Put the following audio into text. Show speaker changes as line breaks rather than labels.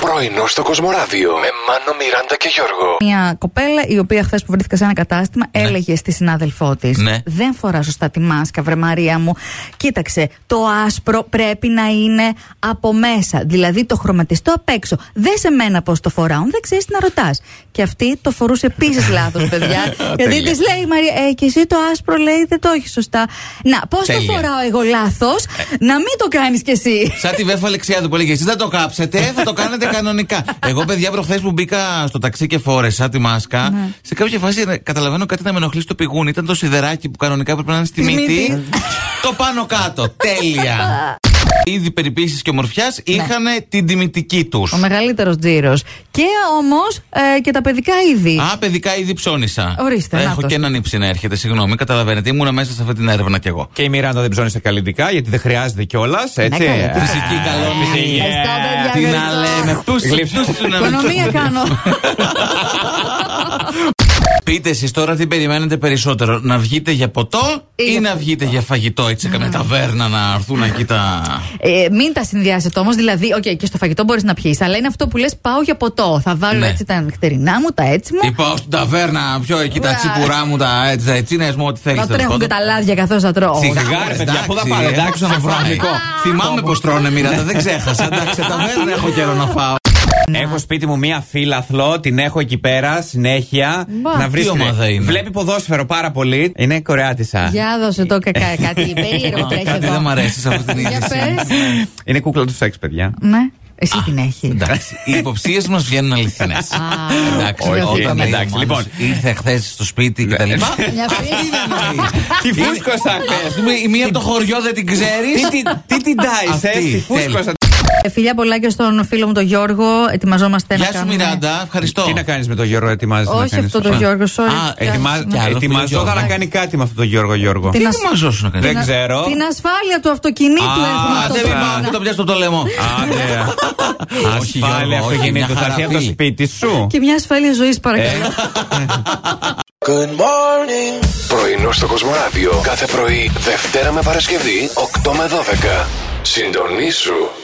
Πρωινό στο Κοσμοράδιο με Μάνο, Μιράντα και Γιώργο.
Μια κοπέλα η οποία χθες που βρέθηκα σε ένα κατάστημα
Ναι.
έλεγε στη συνάδελφό της:
Ναι.
Δεν φορά σωστά τη μάσκα, βρε Μαρία μου. Κοίταξε, το άσπρο πρέπει να είναι από μέσα. Δηλαδή το χρωματιστό απ' έξω. Δε σε μένα πώς το φοράω, δεν ξέρεις τι να ρωτάς. Και αυτή το φορούσε επίσης λάθος, παιδιά. γιατί
Τέλεια.
της λέει η Μαρία, Ε, και εσύ το άσπρο λέει δεν το έχει σωστά. Να, πώς το
Τέλεια. Ε.
φοράω εγώ λάθος, να μην το κάνεις κι εσύ.
Σαν τη Βέφα Αλεξιάδου που λέγε: Εσείς δεν το κάψετε, θα το κάνετε κανονικά. Εγώ, παιδιά, προχθές που μπήκα στο ταξί και φόρεσα τη μάσκα,
Ναι.
σε κάποια φάση ε, καταλαβαίνω κάτι να με ενοχλεί στο πηγούνι. Ήταν το σιδεράκι που κανονικά πρέπει να είναι στη
Στη
μύτη.
μύτη.
το πάνω κάτω. Τέλεια. Ήδη περιποίησης και ομορφιάς είχαν την τιμητική τους.
Ναι. Ο μεγαλύτερος τζίρος. Και όμως και τα παιδικά είδη.
Α, παιδικά ήδη ψώνισα.
Ορίστε,
Έχω
νάτος.
και έναν ύψη να έρχεται, συγγνώμη, καταλαβαίνετε. Ήμουνα μέσα σε αυτή την έρευνα κι εγώ.
Και η Μιράντα δεν ψώνει σε καλλιτικά γιατί δεν χρειάζεται κιόλας. Έτσι.
Ναι, καλά, τι-
Φυσική καλόνη.
Φυσική.
Ευχαριστώ, παιδιά,
Τι να
ευχαριστώ.
λέμε, πού
Γλυφ-
Οικονομία κάνω.
Πείτε εσείς τώρα τι περιμένετε περισσότερο, να βγείτε για ποτό
Ή
ή
για
να βγείτε για φαγητό, έτσι, σε καμιά
Ναι.
ταβέρνα να έρθουν εκεί τα.
Ε, μην τα συνδυάσετε όμως. Δηλαδή, οκ, και στο φαγητό μπορείς να πιεις, αλλά είναι αυτό που λες: Πάω για ποτό. Θα βάλω
Ναι.
έτσι τα νυχτερινά μου, τα έτσι
Ή
μου.
πάω στην ταβέρνα, πιο εκεί τα
Ωραία.
τσίπουρά μου, τα ετσίνε μου, ό,τι θέλεις.
Θα τρέχουν και Ναι. τα λάδια καθώς θα τρώω.
Σιγάρε, παιδιά, πού θα πάρω. Εντάξει, ένα βρωμικό.
ε. Θυμάμαι πως τρώνε μοίρατα, δεν ξέχασα. Εντάξει, σε ταβέρνα έχω καιρό να φάω. Ναι.
Έχω σπίτι μου μία φίλαθλο, την έχω εκεί πέρα συνέχεια.
Μπα.
Να βρει
Τι ομάδα είναι?
Βλέπει ποδόσφαιρο πάρα πολύ. Είναι Κορεάτισα.
Για δώσε το κα- κα- κάτι περίεργο τρέχει
Ε, Κάτι
εδώ.
δεν μ' αρέσει σε αυτή την
Για
είδηση.
πες.
Είναι κούκλα του σεξ, παιδιά.
Ναι, εσύ την έχεις.
Εντάξει, οι υποψίες μας βγαίνουν αληθινές. Εντάξει,
όχι,
όταν
εντάξει,
ο Μάνος
λοιπόν.
ήρθε χθες στο σπίτι και τα λοιπά.
Ναι. Μια
αυτή
φίλη.
δεν αρέσει.
Τι φούσκωσα
Ας
χθε.
πούμε, η μία από το χωριό δεν την ξέρει.
Τι- τι- Τι την τάισε,
Αυτή,
τη φούσκωσα.
τέλεια.
Ε, Φιλιά πολλά και στον φίλο μου τον Γιώργο. Ετοιμαζόμαστε να
Γεια σου,
κάνουμε.
Μιράντα. Ευχαριστώ.
Τι να κάνεις με τον Γιώργο, ετοιμάζεσαι να
Όχι
κάνεις.
αυτό τον Γιώργο, sorry.
Α,
Κάτσε.
κι άλλο,
Ετοιμαζόταν
Γιώργο.
να κάνει κάτι με αυτόν τον Γιώργο Γιώργο.
Τι
Τι
να-
να μαζώσουν να κάνει.
Δεν
Να-
ξέρω.
Την ασφάλεια του αυτοκινήτου
Α,
έχουμε
Α,
αυτό
δεν
το
πάω
πράγμα.
και το πιάσω το λαιμό.
Άντε.
Όχι,
Ασφάλεια
Γιώργο, όχι,
αυτοκινήτου.
μια
Θα
χαρά,
έρθει από το
φίλοι.
σπίτι σου.
Και μια ασφάλεια ζωής,
Ε,
παρακαλώ.
Πρωινό στο Κοσμοράδιο κάθε πρωί, Δευτέρα με Παρασκευή, 8 με 12. Συντονίσου